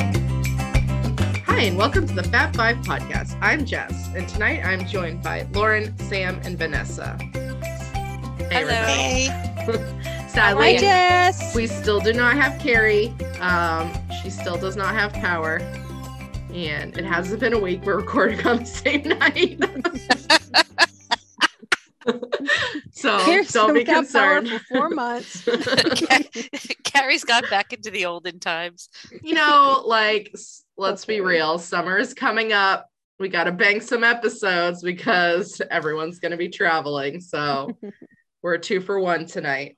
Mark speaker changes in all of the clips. Speaker 1: Hi, and welcome to the Fat Five podcast. I'm Jess, and tonight I'm joined by Lauren, Sam, and Vanessa. Hey,
Speaker 2: Hello.
Speaker 1: everybody.
Speaker 3: Hey,
Speaker 1: Sadly,
Speaker 2: Jess.
Speaker 1: we still do not have Carrie. Um, she still does not have power. And it hasn't been a week. We're recording on the same night. so
Speaker 2: Here's
Speaker 1: don't be
Speaker 2: without power
Speaker 1: concerned.
Speaker 2: for four months.
Speaker 3: Carrie's got back into the olden times.
Speaker 1: you know, like s- let's be real, summer is coming up. We got to bank some episodes because everyone's going to be traveling. So we're a two for one tonight.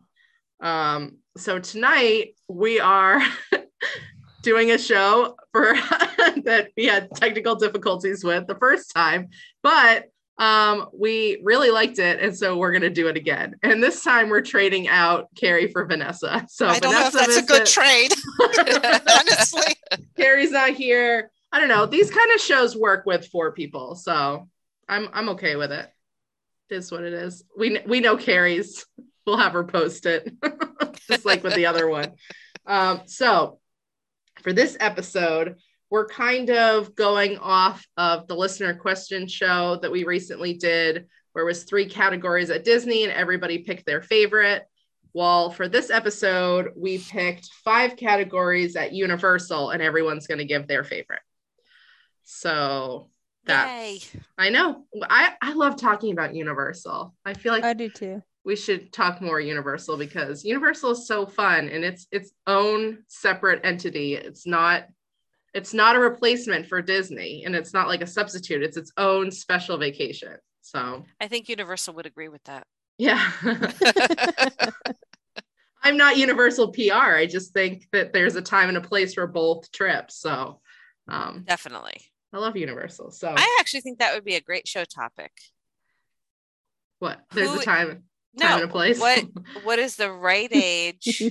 Speaker 1: Um, so tonight we are doing a show for that we had technical difficulties with the first time, but um, we really liked it, and so we're going to do it again. And this time we're trading out Carrie for Vanessa. So Vanessa
Speaker 3: I don't
Speaker 1: know if
Speaker 3: that's a good
Speaker 2: trade.
Speaker 3: Honestly,
Speaker 1: Carrie's not here. I don't know. These kind of shows work with four people, so I'm I'm okay with it. It is what it is. We kn- we know Carrie's. We'll have her post it, just like with the other one. Um, so for this episode, we're kind of going off of the listener question show that we recently did, where it was three categories at Disney, and everybody picked their favorite. Well, for this episode, we picked five categories at Universal, and everyone's going to give their favorite. So that
Speaker 3: yay!
Speaker 1: I know I I love talking about Universal. I feel like
Speaker 2: I do too.
Speaker 1: we should talk more Universal because Universal is so fun and it's its own separate entity. It's not it's not a replacement for Disney, and it's not like a substitute. It's its own special vacation. So
Speaker 3: I think Universal would agree with that.
Speaker 1: yeah. I'm not universal PR. I just think that there's a time and a place for both trips. So um,
Speaker 3: Definitely.
Speaker 1: I love universal. So
Speaker 3: I actually think that would be a great show topic.
Speaker 1: what? There's
Speaker 3: who-
Speaker 1: a time, time and a
Speaker 3: No,
Speaker 1: place.
Speaker 3: what what is the right age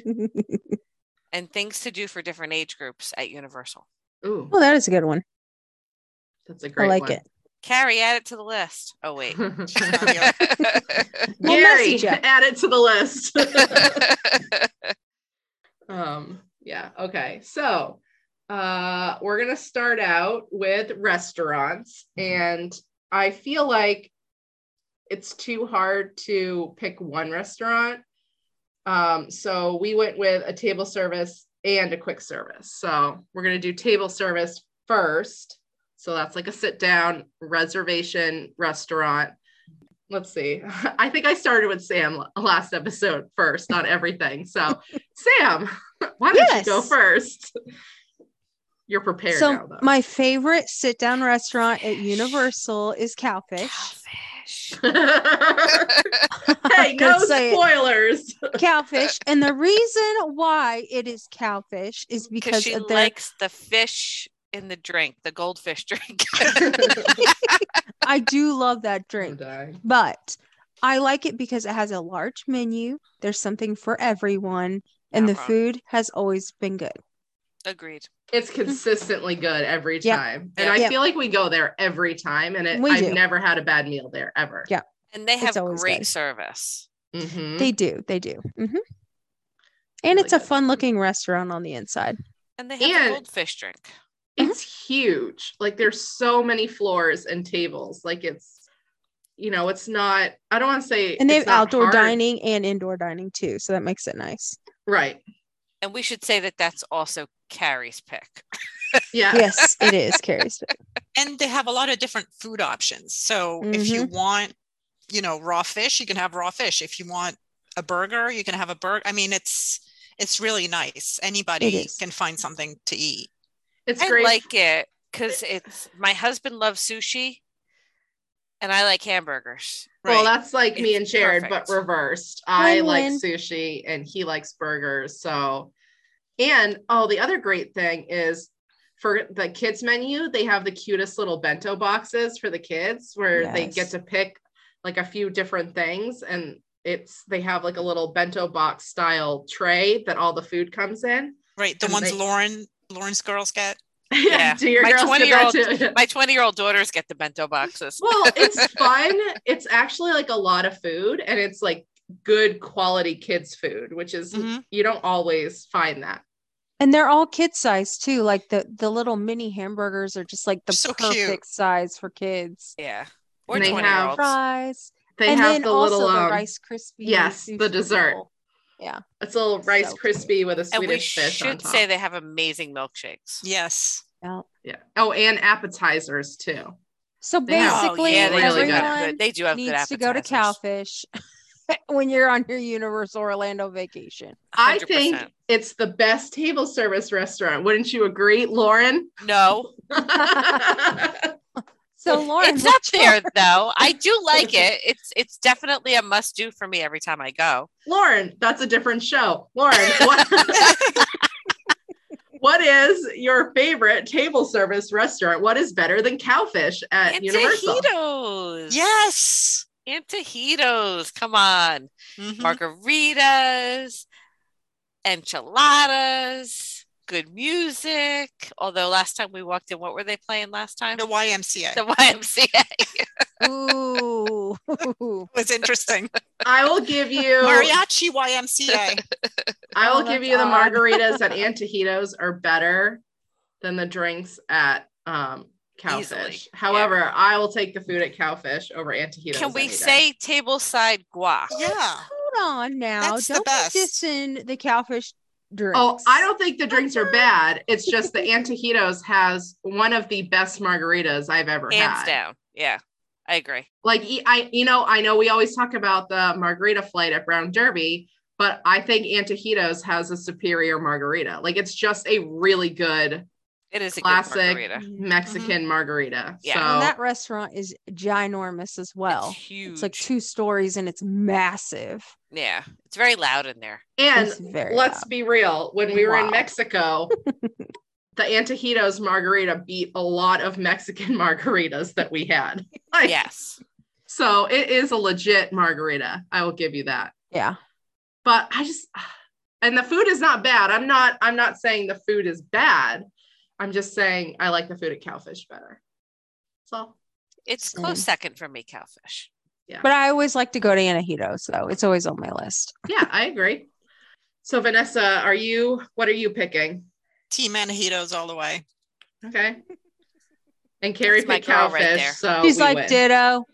Speaker 3: and things to do for different age groups at Universal?
Speaker 1: Ooh,
Speaker 2: Well, that is a good one.
Speaker 1: that's a great
Speaker 2: I like
Speaker 1: one.
Speaker 2: it.
Speaker 3: Carrie, add it to the list. Oh wait.
Speaker 2: We'll
Speaker 1: Gary,
Speaker 2: message ya.
Speaker 1: add it to the list. um, yeah. Okay. So uh, we're gonna start out with restaurants, and I feel like it's too hard to pick one restaurant. Um, so we went with a table service and a quick service. So we're gonna do table service first. So that's like a sit down reservation restaurant. Let's see. I think I started with Sam l- last episode first on everything. So, Sam, why don't
Speaker 2: Yes.
Speaker 1: you go first? You're prepared now,
Speaker 2: so
Speaker 1: though.
Speaker 2: my favorite sit-down restaurant at Universal is Cowfish.
Speaker 3: Fish.
Speaker 1: hey, no
Speaker 2: could say it.
Speaker 1: spoilers.
Speaker 2: Cowfish, and the reason why it is Cowfish is
Speaker 3: Because
Speaker 2: because
Speaker 3: she
Speaker 2: of their.
Speaker 3: likes the fish in the drink, the goldfish drink.
Speaker 2: I do love that
Speaker 1: I'm
Speaker 2: drink.
Speaker 1: dying.
Speaker 2: but I like it because it has a large menu. There's something for everyone, and
Speaker 3: Not
Speaker 2: the
Speaker 3: wrong.
Speaker 2: food has always been good.
Speaker 3: Agreed.
Speaker 1: It's consistently good every
Speaker 2: Yep.
Speaker 1: time.
Speaker 3: Yep.
Speaker 1: And I
Speaker 2: Yep.
Speaker 1: feel like we go there every time. And it,
Speaker 2: We
Speaker 1: I've
Speaker 2: do.
Speaker 1: never had a bad meal there ever.
Speaker 2: Yep.
Speaker 3: And they
Speaker 2: It's
Speaker 3: have
Speaker 2: always
Speaker 3: great
Speaker 2: good.
Speaker 3: service.
Speaker 1: Mhm.
Speaker 2: They do, they do. hmm And
Speaker 1: Really
Speaker 2: it's a
Speaker 1: good.
Speaker 2: fun-looking restaurant on the inside.
Speaker 3: And they have
Speaker 1: And-
Speaker 3: a goldfish drink.
Speaker 2: Mhm.
Speaker 1: it's huge like there's so many floors and tables like it's you know it's not i don't want to say
Speaker 2: And they
Speaker 1: it's
Speaker 2: have
Speaker 1: not
Speaker 2: outdoor
Speaker 1: hard.
Speaker 2: dining and indoor dining too, so that makes it nice.
Speaker 1: right
Speaker 3: And we should say that that's also Carrie's pick.
Speaker 1: yeah
Speaker 2: Yes, it is Carrie's. pick.
Speaker 4: and they have a lot of different food options. So if you
Speaker 2: Mm-hmm.
Speaker 4: want, you know, raw fish, you can have raw fish. If you want a burger, you can have a burger. I mean, it's it's really nice. Anybody
Speaker 2: is.
Speaker 4: can find something to eat.
Speaker 1: it's
Speaker 3: I
Speaker 1: great
Speaker 3: like it because it's my husband loves sushi and I like hamburgers.
Speaker 4: Right.
Speaker 1: well that's like me
Speaker 3: It's
Speaker 1: and jared
Speaker 3: perfect.
Speaker 1: but reversed i like
Speaker 2: Win-win.
Speaker 1: sushi and he likes burgers so and oh the other great thing is for the kids menu they have the cutest little bento boxes for the kids where they
Speaker 2: Yes.
Speaker 1: get to pick like a few different things and it's they have like a little bento box style tray that all the food comes in
Speaker 4: right. The
Speaker 1: and
Speaker 4: ones
Speaker 1: they-
Speaker 4: Lauren Lauren's girls get.
Speaker 3: Yeah.
Speaker 1: do your
Speaker 3: My
Speaker 1: girls get that too?
Speaker 3: My 20 year old daughters get the bento boxes.
Speaker 1: well it's fun it's actually like a lot of food and it's like good quality kids food, which is
Speaker 2: Mm-hmm.
Speaker 4: Mhm.
Speaker 1: you don't always find that.
Speaker 2: And they're all kid size too. Like the the little mini hamburgers are just like the
Speaker 4: So cute.
Speaker 2: perfect size for kids.
Speaker 3: Yeah. Or
Speaker 1: And they
Speaker 3: 20 year
Speaker 1: have-
Speaker 3: olds.
Speaker 2: Fries.
Speaker 1: They
Speaker 2: and
Speaker 1: have
Speaker 2: then
Speaker 1: the
Speaker 2: also
Speaker 1: little
Speaker 2: the
Speaker 1: um,
Speaker 2: Rice Krispie.
Speaker 1: yes, the
Speaker 2: sushi
Speaker 1: dessert.
Speaker 2: roll.
Speaker 1: it's a little rice
Speaker 2: So cute.
Speaker 1: crispy with a
Speaker 3: And we
Speaker 1: Swedish fish on
Speaker 3: should
Speaker 1: top.
Speaker 3: say they have amazing milkshakes.
Speaker 4: Yes.
Speaker 2: Yeah.
Speaker 1: yeah. Oh, and appetizers too.
Speaker 2: So
Speaker 1: They have-
Speaker 3: Oh,
Speaker 2: basically,
Speaker 3: yeah, they
Speaker 1: really do
Speaker 2: everyone
Speaker 3: do have good. They do have good
Speaker 2: needs to go to
Speaker 3: appetizers.
Speaker 2: Cowfish when you're on your Universal Orlando vacation.
Speaker 1: I think
Speaker 3: 100%.
Speaker 1: it's the best table service restaurant. Wouldn't you agree, Lauren?
Speaker 3: No,
Speaker 2: So Lauren,
Speaker 3: it's
Speaker 2: what
Speaker 3: up
Speaker 2: y'all-
Speaker 3: there though. I do like it. It's it's definitely a must do for me every time I go.
Speaker 1: Lauren, that's a different show. Lauren, what, what is your favorite table service restaurant? What is better than cowfish at
Speaker 3: And
Speaker 1: Universal?
Speaker 3: tajitos.
Speaker 4: Yes.
Speaker 3: And tajitos. Come on.
Speaker 1: Mm-hmm.
Speaker 4: Mhm.
Speaker 3: margaritas, enchiladas, good music. Although last time we walked in, what were they playing last time?
Speaker 4: The YMCA.
Speaker 3: The YMCA.
Speaker 2: Ooh.
Speaker 4: It was interesting.
Speaker 1: I will give you
Speaker 4: Mariachi YMCA.
Speaker 1: I will
Speaker 2: Oh,
Speaker 1: give
Speaker 2: that's
Speaker 1: you the
Speaker 2: odd.
Speaker 1: margaritas at Antojitos are better than the drinks at um Cowfish.
Speaker 3: Easily, yeah.
Speaker 1: However, I will take the food at Cowfish over Antojitos.
Speaker 3: Can we
Speaker 1: any day.
Speaker 3: say tableside guac?
Speaker 4: yeah.
Speaker 2: Hold on now.
Speaker 4: That's the
Speaker 2: don't
Speaker 4: best.
Speaker 2: be dissing the cowfish drinks.
Speaker 1: Oh, I don't think the drinks are bad. It's just the Antojitos has one of the best margaritas I've ever
Speaker 3: Hands
Speaker 1: had.
Speaker 3: down. Yeah. I agree.
Speaker 1: Like e- I, you know, I know we always talk about the margarita flight at Brown Derby, but I think Antojitos has a superior margarita. Like it's just a really good
Speaker 3: It is a
Speaker 1: Classic.
Speaker 3: good margarita.
Speaker 2: Mhm.
Speaker 1: Mexican margarita.
Speaker 3: Yeah.
Speaker 1: So
Speaker 2: And that restaurant is ginormous as well.
Speaker 3: it's huge.
Speaker 2: It's like two stories and it's massive.
Speaker 3: yeah. It's very loud in there.
Speaker 1: and
Speaker 2: It's very
Speaker 1: let's
Speaker 2: loud.
Speaker 1: be real, when we were in
Speaker 2: Wow.
Speaker 1: Mexico, the Antojitos margarita beat a lot of Mexican margaritas that we had. Like,
Speaker 3: Yes.
Speaker 1: So it is a legit margarita. I will give you that.
Speaker 2: yeah.
Speaker 1: But I just and the food is not bad. I'm not I'm not saying the food is bad. I'm just saying I like the food at Cowfish better. So
Speaker 3: It's
Speaker 2: Same.
Speaker 3: close second for me, cowfish.
Speaker 2: But I always like to go to Anahito, so it's always on my list.
Speaker 1: yeah, I agree. So Vanessa, are you what are you picking?
Speaker 4: Team Antojitos all the way.
Speaker 1: Okay. And Carrie
Speaker 3: That's my
Speaker 1: picked
Speaker 3: girl
Speaker 1: cowfish,
Speaker 3: right there.
Speaker 1: so
Speaker 2: She's
Speaker 1: Oh, we
Speaker 2: like
Speaker 1: win.
Speaker 2: ditto.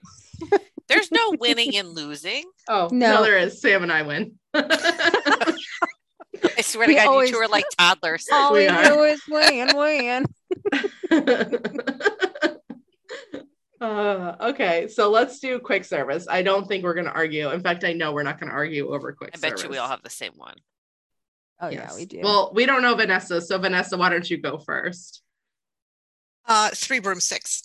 Speaker 3: There's no winning and losing.
Speaker 1: Oh no.
Speaker 2: No.
Speaker 1: there is. Sam and I win.
Speaker 3: I swear
Speaker 2: We
Speaker 3: to God,
Speaker 2: always-
Speaker 3: you two are like toddlers.
Speaker 2: All
Speaker 1: We
Speaker 2: we
Speaker 1: are.
Speaker 2: do is win, win.
Speaker 1: Uh, okay, so let's do quick service. I don't think we're going to argue. In fact, I know we're not going to argue over quick
Speaker 3: I
Speaker 1: service.
Speaker 3: bet you we all have the same one.
Speaker 2: Oh yeah,
Speaker 1: Yes.
Speaker 2: we do.
Speaker 1: Well, we don't know Vanessa, so Vanessa, why don't you go first?
Speaker 4: Uh, three broomsticks.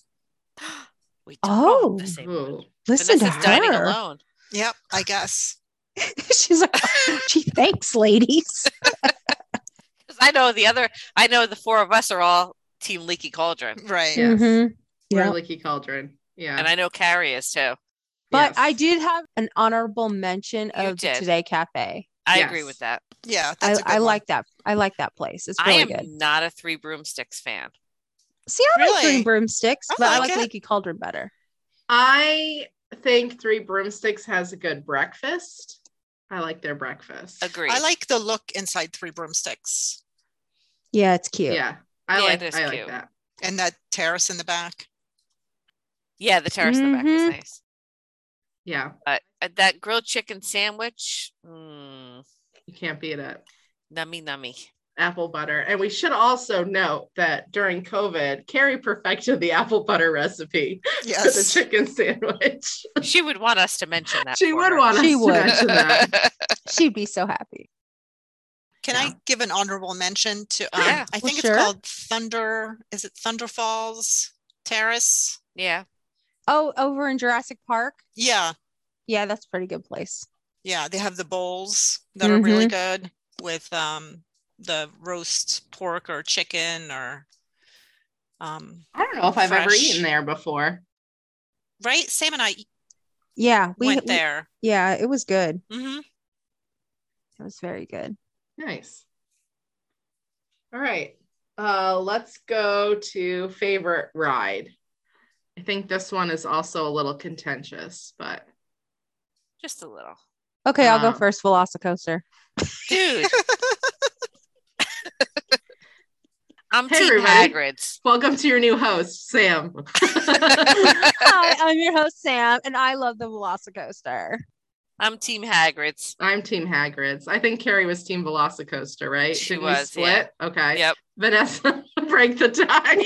Speaker 3: We don't all have
Speaker 2: Oh.
Speaker 3: the same one.
Speaker 1: Ooh.
Speaker 2: Listen
Speaker 3: Vanessa's
Speaker 2: to
Speaker 3: dining
Speaker 2: her.
Speaker 3: alone.
Speaker 4: Yep, I guess.
Speaker 2: She's like, gee, thanks, ladies.
Speaker 3: 'Cause I know the other, I know the four of us are all Team Leaky Cauldron,
Speaker 4: Right.
Speaker 1: Yes.
Speaker 2: Mhm.
Speaker 1: We're
Speaker 2: Yeah.
Speaker 1: Leaky Cauldron. Yeah.
Speaker 3: and I know Carrie is too.
Speaker 2: But
Speaker 1: Yes.
Speaker 2: I did have an honorable mention
Speaker 3: You
Speaker 2: of the
Speaker 3: did.
Speaker 2: Today Cafe.
Speaker 3: I
Speaker 1: Yes.
Speaker 3: agree with that.
Speaker 4: Yeah,
Speaker 2: I,
Speaker 4: that's a good
Speaker 2: I
Speaker 4: one.
Speaker 2: like that. I like that place. It's
Speaker 3: I
Speaker 2: really
Speaker 3: am
Speaker 2: good.
Speaker 3: not a Three Broomsticks fan.
Speaker 2: See, I like
Speaker 4: Really?
Speaker 2: Green Broomsticks,
Speaker 4: I
Speaker 2: but I
Speaker 4: like
Speaker 2: like
Speaker 4: it.
Speaker 2: Leaky Cauldron better.
Speaker 1: I think Three Broomsticks has a good breakfast. I like their breakfast.
Speaker 3: Agree.
Speaker 4: I like the look inside three broomsticks
Speaker 2: Yeah, it's cute.
Speaker 1: Yeah, I
Speaker 3: Yeah,
Speaker 1: like
Speaker 3: it is
Speaker 1: I like
Speaker 3: cute.
Speaker 1: that.
Speaker 4: and that terrace in the back.
Speaker 3: Yeah, the terrace in the back was
Speaker 1: Mm-hmm.
Speaker 2: Mhm.
Speaker 3: nice,
Speaker 1: Yeah,
Speaker 3: but uh, that grilled chicken sandwich, mm,
Speaker 1: you can't beat it.
Speaker 3: nummy nummy.
Speaker 1: Apple butter, and we should also note that during COVID, Carrie perfected the apple butter recipe for the
Speaker 4: Yes.
Speaker 1: chicken sandwich.
Speaker 3: She would want us to mention that.
Speaker 1: she
Speaker 3: for
Speaker 1: would
Speaker 3: her.
Speaker 1: want us
Speaker 2: She
Speaker 1: to
Speaker 2: would.
Speaker 1: mention that.
Speaker 2: She'd be so happy.
Speaker 4: Can
Speaker 1: Yeah.
Speaker 4: I give an honorable mention to? Um,
Speaker 3: Yeah.
Speaker 4: I
Speaker 2: Well,
Speaker 4: think
Speaker 2: sure.
Speaker 4: it's called Thunder. Is it Thunder Falls Terrace?
Speaker 3: yeah,
Speaker 2: Oh, over in Jurassic Park.
Speaker 4: Yeah,
Speaker 2: Yeah, that's a pretty good place.
Speaker 4: yeah. They have the bowls that are really
Speaker 2: Mm-hmm.
Speaker 4: good with um, the roast pork or chicken or um,
Speaker 1: I don't know if I've ever
Speaker 4: Fresh.
Speaker 1: eaten there before.
Speaker 4: right. Sam and I
Speaker 2: Yeah, we
Speaker 4: went
Speaker 2: we-
Speaker 4: there.
Speaker 2: Yeah, it was good.
Speaker 4: hmm
Speaker 2: It was very good.
Speaker 1: Nice. All right. Uh, let's go to favorite ride. I think this one is also a little contentious, but
Speaker 3: just a little.
Speaker 2: Okay, I'll go
Speaker 1: Um,
Speaker 2: first. Velocicoaster.
Speaker 3: Dude. I'm
Speaker 1: Hey,
Speaker 3: Team
Speaker 1: everybody.
Speaker 3: Hagrid's.
Speaker 1: Welcome to your new host, Sam.
Speaker 2: Hi, I'm your host Sam, and I love the Velocicoaster.
Speaker 3: I'm Team Hagrid's.
Speaker 1: I'm Team Hagrid's. I think Carrie was Team Velocicoaster, right?
Speaker 3: She
Speaker 1: Did
Speaker 3: was,
Speaker 1: we split? Okay.
Speaker 3: Yep.
Speaker 1: Vanessa, break the tie.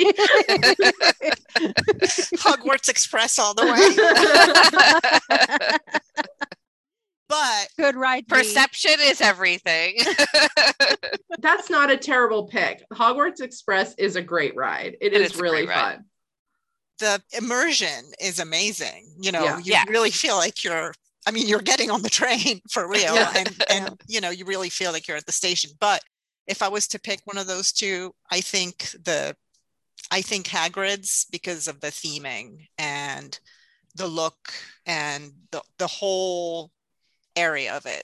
Speaker 4: Hogwarts Express all the way. But
Speaker 2: Good ride. B.
Speaker 3: Perception is everything.
Speaker 1: That's not a terrible pick. Hogwarts Express is a great ride.
Speaker 3: It
Speaker 1: it is,
Speaker 3: is a
Speaker 1: really
Speaker 3: great ride.
Speaker 1: fun.
Speaker 4: the immersion is amazing. You know,
Speaker 1: Yeah.
Speaker 4: you
Speaker 3: Yeah.
Speaker 4: really feel like you're, I mean, you're getting on the train for real.
Speaker 1: Yeah.
Speaker 4: And, and, you know, you really feel like you're at the station. But if I was to pick one of those two, I think the, I think Hagrid's because of the theming and the look and the, the whole area of it.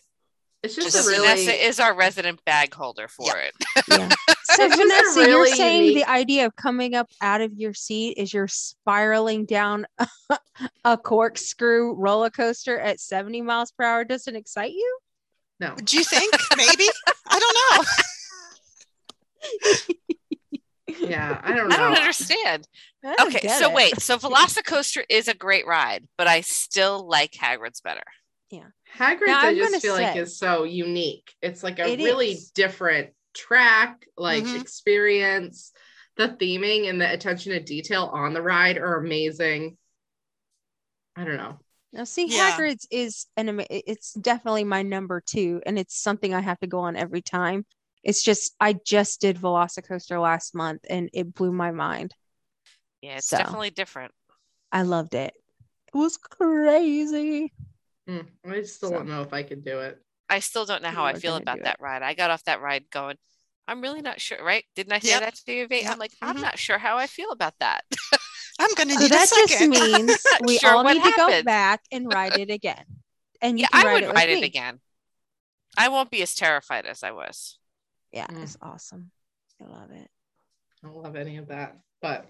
Speaker 1: It's just,
Speaker 3: Just
Speaker 1: a really
Speaker 3: Vanessa is our resident bag holder for it.
Speaker 2: Yeah. So
Speaker 1: It's just a
Speaker 2: Vanessa, you're
Speaker 1: really
Speaker 2: saying
Speaker 1: unique-
Speaker 2: the idea of coming up out of your seat is you're spiraling down a corkscrew roller coaster at 70 miles per hour doesn't excite you?
Speaker 1: no.
Speaker 4: Do you think maybe? I don't know.
Speaker 1: Yeah, I don't know.
Speaker 3: I don't understand.
Speaker 2: I don't
Speaker 3: Okay,
Speaker 2: get
Speaker 3: so
Speaker 2: it.
Speaker 3: wait. So Velocicoaster is a great ride, but I still like Hagrid's better.
Speaker 1: Hagrid's,
Speaker 2: Now,
Speaker 1: I
Speaker 2: I'm
Speaker 1: just
Speaker 2: gonna
Speaker 1: feel like
Speaker 2: say-
Speaker 1: is so unique. It's like a
Speaker 2: It
Speaker 1: really
Speaker 2: is. Mm-hmm.
Speaker 1: different track, like
Speaker 4: Mhm.
Speaker 1: experience. The theming and the attention to detail on the ride are amazing. I don't know.
Speaker 2: Now, see,
Speaker 4: Yeah.
Speaker 2: Hagrid's is an ama- it- it's definitely my number two, and it's something I have to go on every time. It's just I just did Velocicoaster last month, and it blew my mind.
Speaker 3: Yeah, it's
Speaker 2: So.
Speaker 3: definitely different.
Speaker 2: I loved it. It was crazy.
Speaker 1: Mm, I still
Speaker 2: So.
Speaker 1: don't know if I could do it.
Speaker 3: I still don't know how I
Speaker 2: We're
Speaker 3: feel
Speaker 2: gonna
Speaker 3: about
Speaker 2: do it.
Speaker 3: that ride. I got off that ride going, I'm really not sure, right? Didn't I say
Speaker 4: Yep.
Speaker 3: that to you, Vate?
Speaker 4: Yep.
Speaker 3: I'm like, I'm
Speaker 4: Mhm.
Speaker 2: Mm-hmm.
Speaker 3: not sure how I feel about that.
Speaker 4: I'm going to
Speaker 2: So
Speaker 4: need a
Speaker 2: Oh, that just
Speaker 4: second.
Speaker 2: means we
Speaker 3: sure
Speaker 2: all
Speaker 3: what
Speaker 2: need to go
Speaker 3: happened.
Speaker 2: back and ride it again. And you
Speaker 3: yeah,
Speaker 2: can
Speaker 3: I
Speaker 2: ride
Speaker 3: would
Speaker 2: it with
Speaker 3: ride it
Speaker 2: me.
Speaker 3: again. I won't be as terrified as I was.
Speaker 2: Yeah,
Speaker 1: Mm.
Speaker 2: it's awesome. I love it.
Speaker 1: I don't love any of that. But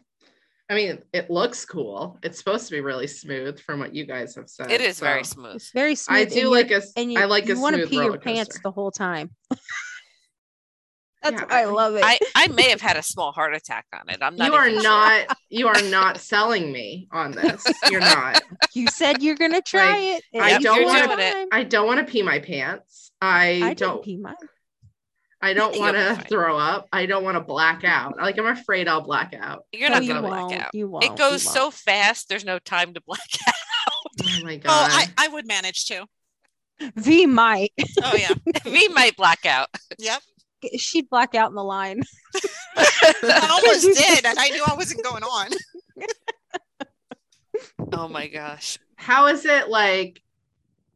Speaker 1: I mean, it looks cool. It's supposed to be really smooth from what you guys have said.
Speaker 3: It is
Speaker 1: so-
Speaker 3: very smooth.
Speaker 2: It's very smooth.
Speaker 1: I
Speaker 2: and
Speaker 1: do
Speaker 2: you're-
Speaker 1: like a s-
Speaker 2: and you,
Speaker 1: I like
Speaker 2: you
Speaker 1: a
Speaker 2: want to
Speaker 1: smooth
Speaker 2: pee
Speaker 1: roller
Speaker 2: your pants
Speaker 1: coaster.
Speaker 2: the whole time. That's
Speaker 1: Yeah,
Speaker 2: why I
Speaker 1: I-
Speaker 2: love it.
Speaker 3: I, I may have had a small heart attack on it. I'm not.
Speaker 1: you are
Speaker 3: even sure.
Speaker 1: not you are not selling me on this. You're not.
Speaker 2: you said you're gonna try it. and
Speaker 1: I
Speaker 2: you
Speaker 1: don't
Speaker 2: did
Speaker 1: wanna-
Speaker 2: one
Speaker 3: Yep.
Speaker 2: time.
Speaker 1: I don't want to pee my pants. I,
Speaker 2: I
Speaker 1: don't
Speaker 2: didn't pee mine.
Speaker 1: I don't
Speaker 3: You'll
Speaker 1: want
Speaker 3: be
Speaker 1: to
Speaker 3: fine.
Speaker 1: throw up. I don't want to black out. Like I'm afraid I'll black out.
Speaker 3: You're
Speaker 2: No,
Speaker 3: not
Speaker 2: Oh, you
Speaker 3: gonna black
Speaker 2: won't.
Speaker 3: out.
Speaker 2: You won't.
Speaker 3: It
Speaker 2: you
Speaker 3: goes so
Speaker 2: won't.
Speaker 3: fast. There's no time to black
Speaker 1: Oh my god.
Speaker 4: Oh, I, I would manage to.
Speaker 2: V might.
Speaker 4: Oh, yeah.
Speaker 3: out. we might black out.
Speaker 4: Yep.
Speaker 2: She'd black out in the line.
Speaker 4: I almost did, and I knew I wasn't going on.
Speaker 3: Oh my gosh.
Speaker 1: How is it like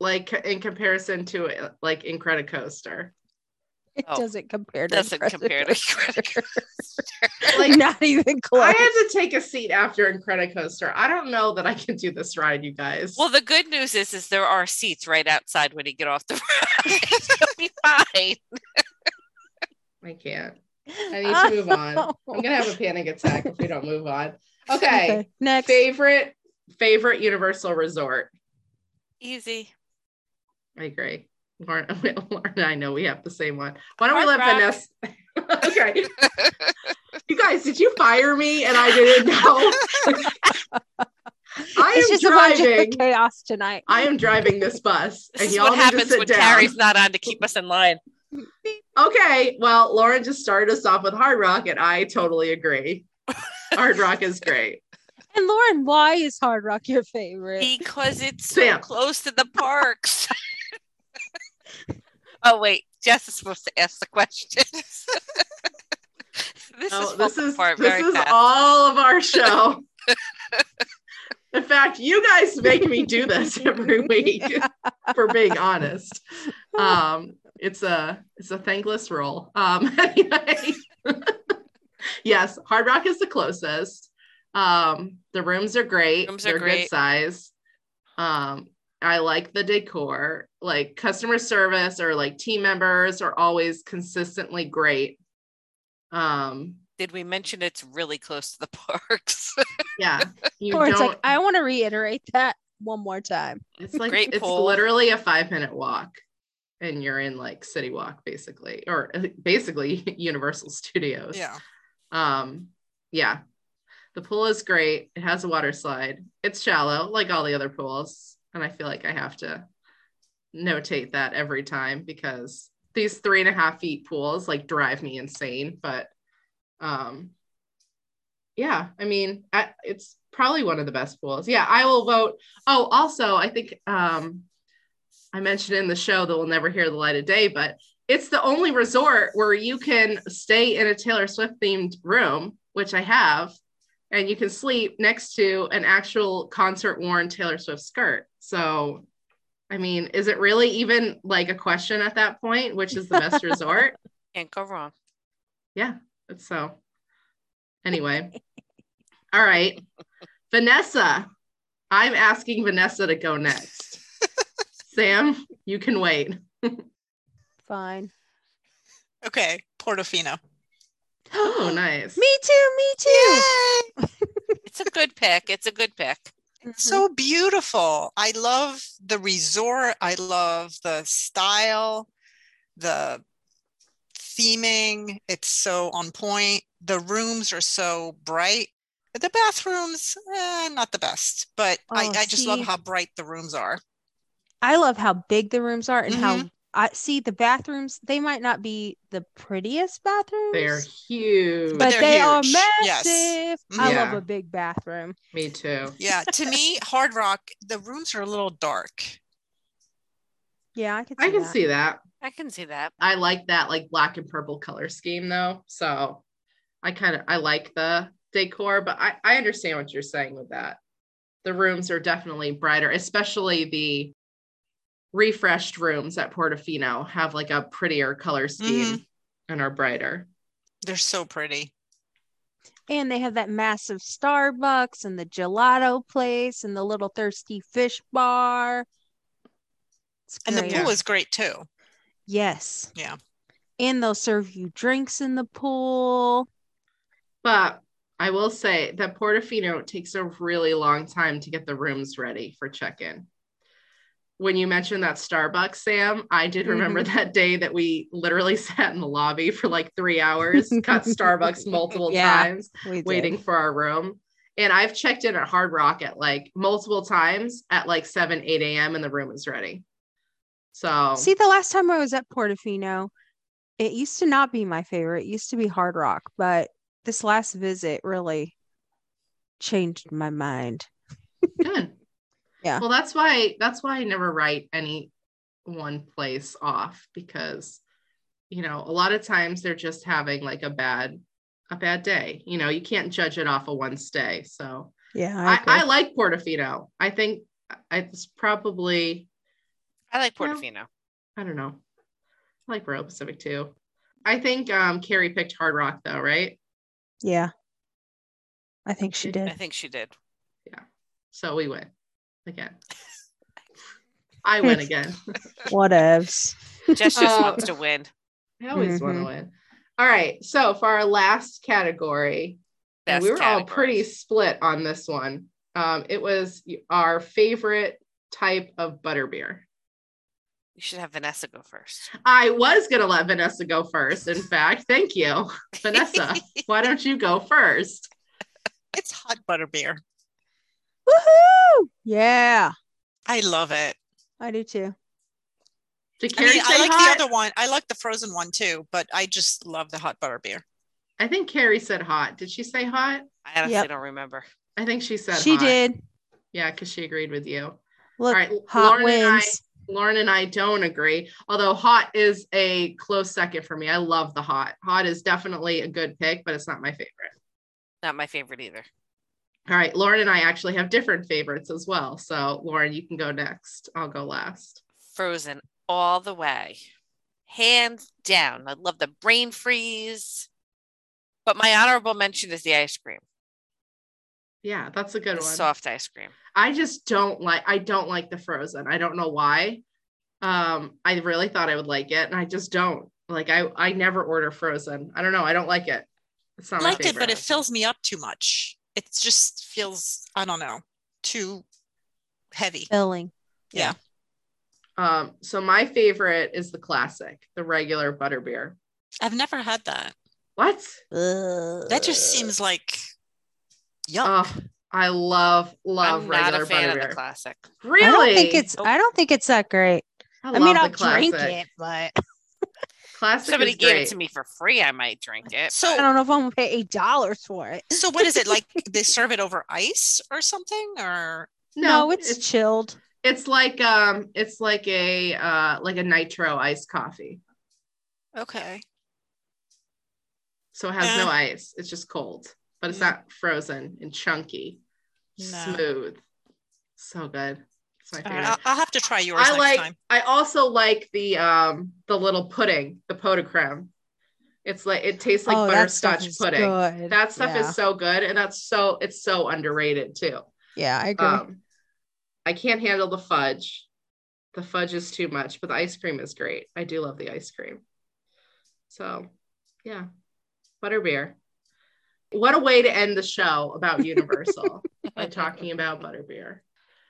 Speaker 1: like in comparison to uh, like Incredicoaster?
Speaker 2: It
Speaker 3: Oh,
Speaker 2: doesn't compare to
Speaker 3: Doesn't
Speaker 2: Impressive
Speaker 3: compare to
Speaker 2: Coaster.
Speaker 1: Like
Speaker 2: Not even close.
Speaker 1: I had to take a seat after Incredicoaster. I don't know that I can do this ride, you guys.
Speaker 3: Well, the good news is, is there are seats right outside when you get off the road. You'll be fine.
Speaker 1: I can't. I need to move on. I'm gonna have a panic attack if we don't move on. Okay.
Speaker 2: Next.
Speaker 1: Favorite favorite Universal resort.
Speaker 3: Easy.
Speaker 1: I agree. Lauren, Lauren and I know we have the same one. Why don't we let
Speaker 3: Hard
Speaker 1: Vanessa? okay. you guys, did you fire me and I didn't know? I am
Speaker 2: it's just a bunch
Speaker 1: driving.
Speaker 2: of chaos tonight.
Speaker 1: I am driving this bus,
Speaker 3: This
Speaker 1: and
Speaker 3: is
Speaker 1: y'all
Speaker 3: what
Speaker 1: need to
Speaker 3: happens
Speaker 1: sit
Speaker 3: when
Speaker 1: down.
Speaker 3: Carrie's not on to keep us in line.
Speaker 1: Okay, well, Lauren just started us off with Hard Rock, and I totally agree. Hard Rock is great.
Speaker 2: And Lauren, why is Hard Rock your favorite?
Speaker 3: Because it's so
Speaker 1: Sam.
Speaker 3: close to the parks. oh wait, Jess is supposed to ask the question. this
Speaker 1: No,
Speaker 3: is
Speaker 1: Oh, this
Speaker 3: falling
Speaker 1: is
Speaker 3: apart
Speaker 1: this
Speaker 3: very
Speaker 1: is
Speaker 3: fast.
Speaker 1: all of our show. In fact, you guys make me do this every week. For being honest, um, it's a it's a thankless role. Um, anyway, yes, Hard Rock is the closest. Um, the rooms are great.
Speaker 3: Rooms are
Speaker 1: They're
Speaker 3: great.
Speaker 1: good size. Um, I like the decor. Like customer service or like team members are always consistently great. Um,
Speaker 3: Did we mention it's really close to the parks?
Speaker 1: yeah you
Speaker 2: Lauren's
Speaker 1: don't
Speaker 2: like, I want to reiterate that one more time.
Speaker 1: It's like
Speaker 3: Great
Speaker 1: it's
Speaker 3: poll.
Speaker 1: literally a five minute walk, and you're in like City Walk basically, or uh, basically Universal Studios.
Speaker 4: Yeah.
Speaker 1: Um, yeah. The pool is great. It has a water slide. It's shallow, like all the other pools, and I feel like I have to notate that every time because these three and a half feet pools like drive me insane. But, um, yeah, I mean, I, it's probably one of the best pools. Yeah, I will vote. Oh, also, I think um, I mentioned in the show that we'll never hear the light of day, but it's the only resort where you can stay in a Taylor Swift themed room, which I have, and you can sleep next to an actual concert worn Taylor Swift skirt. So, I mean, is it really even like a question at that point, which is the best resort?
Speaker 3: Can't go wrong.
Speaker 1: So, anyway, all right, Vanessa, I'm asking Vanessa to go next. Sam, you can wait.
Speaker 2: Fine.
Speaker 4: Okay. Portofino.
Speaker 1: Oh, nice.
Speaker 2: Me too. Me too.
Speaker 4: Yay!
Speaker 3: It's a good pick. It's a good pick.
Speaker 2: Mhm.
Speaker 4: So beautiful. I love the resort. I love the style, the theming. It's so on point. The rooms are so bright. The bathrooms, eh, not the best, but I,
Speaker 2: Oh,
Speaker 4: I just love
Speaker 2: see.
Speaker 4: how bright the rooms are.
Speaker 2: I love how big the rooms are and
Speaker 1: Mm-hmm.
Speaker 2: how I see the bathrooms. They might not be the prettiest bathrooms,
Speaker 1: They're huge.
Speaker 2: but
Speaker 4: they're
Speaker 2: they are
Speaker 4: huge. Yes.
Speaker 2: massive. I love
Speaker 1: Yeah.
Speaker 2: a big bathroom.
Speaker 1: Me too.
Speaker 4: Yeah. To me, Hard Rock, the rooms are a little dark.
Speaker 2: Yeah, I can. See
Speaker 1: I can
Speaker 2: that.
Speaker 1: see that.
Speaker 3: I can see that.
Speaker 1: I like that like black and purple color scheme though. So I kind of I like the decor, but I, I understand what you're saying with that. The rooms are definitely brighter, especially the refreshed rooms at Portofino have like a prettier color scheme and are brighter.
Speaker 4: They're so pretty.
Speaker 2: And they have that massive Starbucks and the gelato place and the little thirsty fish bar. It's
Speaker 4: And the
Speaker 2: great.
Speaker 4: pool is great too.
Speaker 2: Yes.
Speaker 4: Yeah.
Speaker 2: And they'll serve you drinks in the pool.
Speaker 1: But I will say that Portofino takes a really long time to get the rooms ready for check-in. When you mentioned that Starbucks, Sam, I
Speaker 2: Mm-hmm.
Speaker 1: did remember that day that we literally sat in the lobby for like three hours, cut Starbucks multiple
Speaker 2: Yeah.
Speaker 1: times,
Speaker 2: We did.
Speaker 1: waiting for our room. And I've checked in at Hard Rock at like multiple times at like 7, 8 a.m. and the room is ready. So
Speaker 2: See, the last time I was at Portofino, it used to not be my favorite. It used to be Hard Rock, but this last visit really changed my mind.
Speaker 1: good.
Speaker 2: Yeah.
Speaker 1: Well, that's why that's why I never write any one place off because you know, a lot of times they're just having like a bad a bad day. You know, you can't judge it off of one stay. So
Speaker 2: Yeah.
Speaker 1: I,
Speaker 2: agree.
Speaker 1: I like Portofino. I think it's probably
Speaker 3: I like
Speaker 1: Yeah.
Speaker 3: Portofino.
Speaker 1: I don't know. I like Royal Pacific too. I think um Carrie picked Hard Rock though, right?
Speaker 2: yeah. I think she
Speaker 3: I
Speaker 2: did.
Speaker 3: think she did.
Speaker 1: So we win again. I win again.
Speaker 2: Whatevs.
Speaker 3: Jess just
Speaker 1: Uh,
Speaker 3: wants to win.
Speaker 1: I always
Speaker 2: Mm-hmm.
Speaker 1: want to win. All right. So for our last category, and
Speaker 3: Best
Speaker 1: we were all
Speaker 3: category.
Speaker 1: pretty split on this one. Um, it was our favorite type of butterbeer.
Speaker 3: You should have Vanessa go first.
Speaker 1: I was going to let Vanessa go first. In fact, thank you. Vanessa, why don't you go first?
Speaker 4: It's hot butter beer.
Speaker 2: Woohoo! Yeah.
Speaker 4: I love it.
Speaker 2: I do too.
Speaker 1: Did
Speaker 4: I
Speaker 1: Carrie
Speaker 4: mean, I
Speaker 1: say
Speaker 4: like
Speaker 1: hot?
Speaker 4: the other one. I like the frozen one too, but I just love the hot butter beer.
Speaker 1: I think Carrie said hot. Did she say hot?
Speaker 3: I honestly
Speaker 2: Yep.
Speaker 3: don't remember.
Speaker 1: I think she said
Speaker 2: She
Speaker 1: hot.
Speaker 2: did.
Speaker 1: Yeah, because she agreed with you.
Speaker 2: Look,
Speaker 1: right,
Speaker 2: hot
Speaker 1: Lauren and I-
Speaker 2: wins.
Speaker 1: Lauren and I don't agree, although hot is a close second for me. I love the hot. Hot is definitely a good pick, but it's not my favorite.
Speaker 3: Not my favorite either.
Speaker 1: All right, Lauren and I actually have different favorites as well. So, Lauren, you can go next. I'll go last.
Speaker 3: Frozen all the way. Hands down. I love the brain freeze. But my honorable mention is the ice cream,
Speaker 1: Yeah, that's a good
Speaker 3: the
Speaker 1: one.
Speaker 3: soft ice cream.
Speaker 1: I just don't like I don't like the frozen. I don't know why. Um, I really thought I would like it and I just don't. Like I I never order frozen. I don't know. I don't like it. It's
Speaker 4: I
Speaker 1: not
Speaker 4: liked
Speaker 1: my
Speaker 4: it,
Speaker 1: favorite.
Speaker 4: but it fills me up too much. It just feels, I don't know, too heavy.
Speaker 2: filling.
Speaker 4: Yeah.
Speaker 1: Um, so my favorite is the classic, the regular butterbeer.
Speaker 4: I've never had that.
Speaker 1: What?
Speaker 4: That just
Speaker 1: Uh.
Speaker 4: seems like yuck.
Speaker 1: Oh, I love, love
Speaker 3: I'm
Speaker 1: regular
Speaker 3: not a fan of
Speaker 1: butterbeer.
Speaker 3: the classic.
Speaker 1: really?
Speaker 2: I don't think it's. I don't think it's that great.
Speaker 1: I,
Speaker 2: I, mean,
Speaker 1: love
Speaker 2: I'll
Speaker 1: the classic.
Speaker 2: drink it, but
Speaker 1: Classic.
Speaker 3: Somebody
Speaker 1: is
Speaker 3: gave
Speaker 1: great.
Speaker 3: it to me for free. I might drink it.
Speaker 2: I
Speaker 4: so
Speaker 2: don't know if I'm gonna pay eight dollars for it.
Speaker 4: so what is it like they serve it over ice or something or
Speaker 2: No, it's, chilled.
Speaker 1: it's like um it's like a uh like a nitro iced coffee.
Speaker 4: okay.
Speaker 1: So it has
Speaker 4: Yeah.
Speaker 1: no
Speaker 3: Eh.
Speaker 1: ice. It's just cold, but it's
Speaker 3: Mm.
Speaker 4: Yeah.
Speaker 1: not frozen and chunky.
Speaker 4: No.
Speaker 1: Smooth. So good. It's my
Speaker 4: All
Speaker 1: favorite.
Speaker 4: right, I'll, I'll have to try yours
Speaker 1: I
Speaker 4: next
Speaker 1: like
Speaker 4: time.
Speaker 1: I also like the um the little pudding, the pot de creme. It's like it tastes like
Speaker 2: oh, that stuff
Speaker 1: butterscotch
Speaker 2: is
Speaker 1: pudding.
Speaker 2: good.
Speaker 1: That stuff
Speaker 2: yeah.
Speaker 1: is so good and that's so it's so underrated too.
Speaker 2: Yeah, I agree.
Speaker 1: Um I can't handle the fudge. The fudge is too much, but the ice cream is great. I do love the ice cream. So yeah. Butterbeer. What a way to end the show about Universal by talking about butterbeer.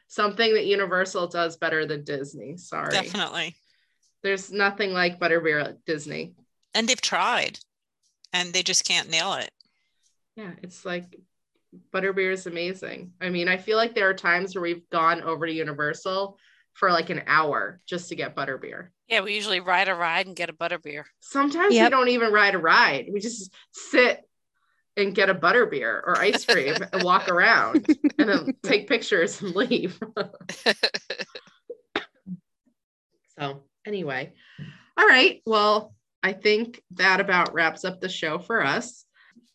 Speaker 1: Something that Universal does better than Disney. Sorry.
Speaker 4: Definitely.
Speaker 1: There's nothing like butterbeer at Disney.
Speaker 4: And they've tried and they just can't nail it.
Speaker 1: Yeah, it's like butterbeer is amazing. I mean, I feel like there are times where we've gone over to Universal for like an hour just to get butterbeer.
Speaker 3: Yeah, we usually ride a ride and get a butterbeer.
Speaker 1: Sometimes we
Speaker 2: Yep.
Speaker 1: don't even ride a ride. We just sit and get a butterbeer or ice cream and walk around and then take pictures and leave. so, anyway. All right. Well, I think that about wraps up the show for us.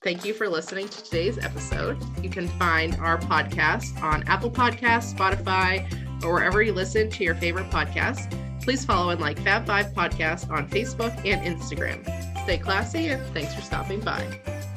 Speaker 1: Thank you for listening to today's episode. You can find our podcast on Apple Podcasts, Spotify, or wherever you listen to your favorite podcasts. Please follow and like Fab Five Podcast on Facebook and Instagram. Stay classy and thanks for stopping by.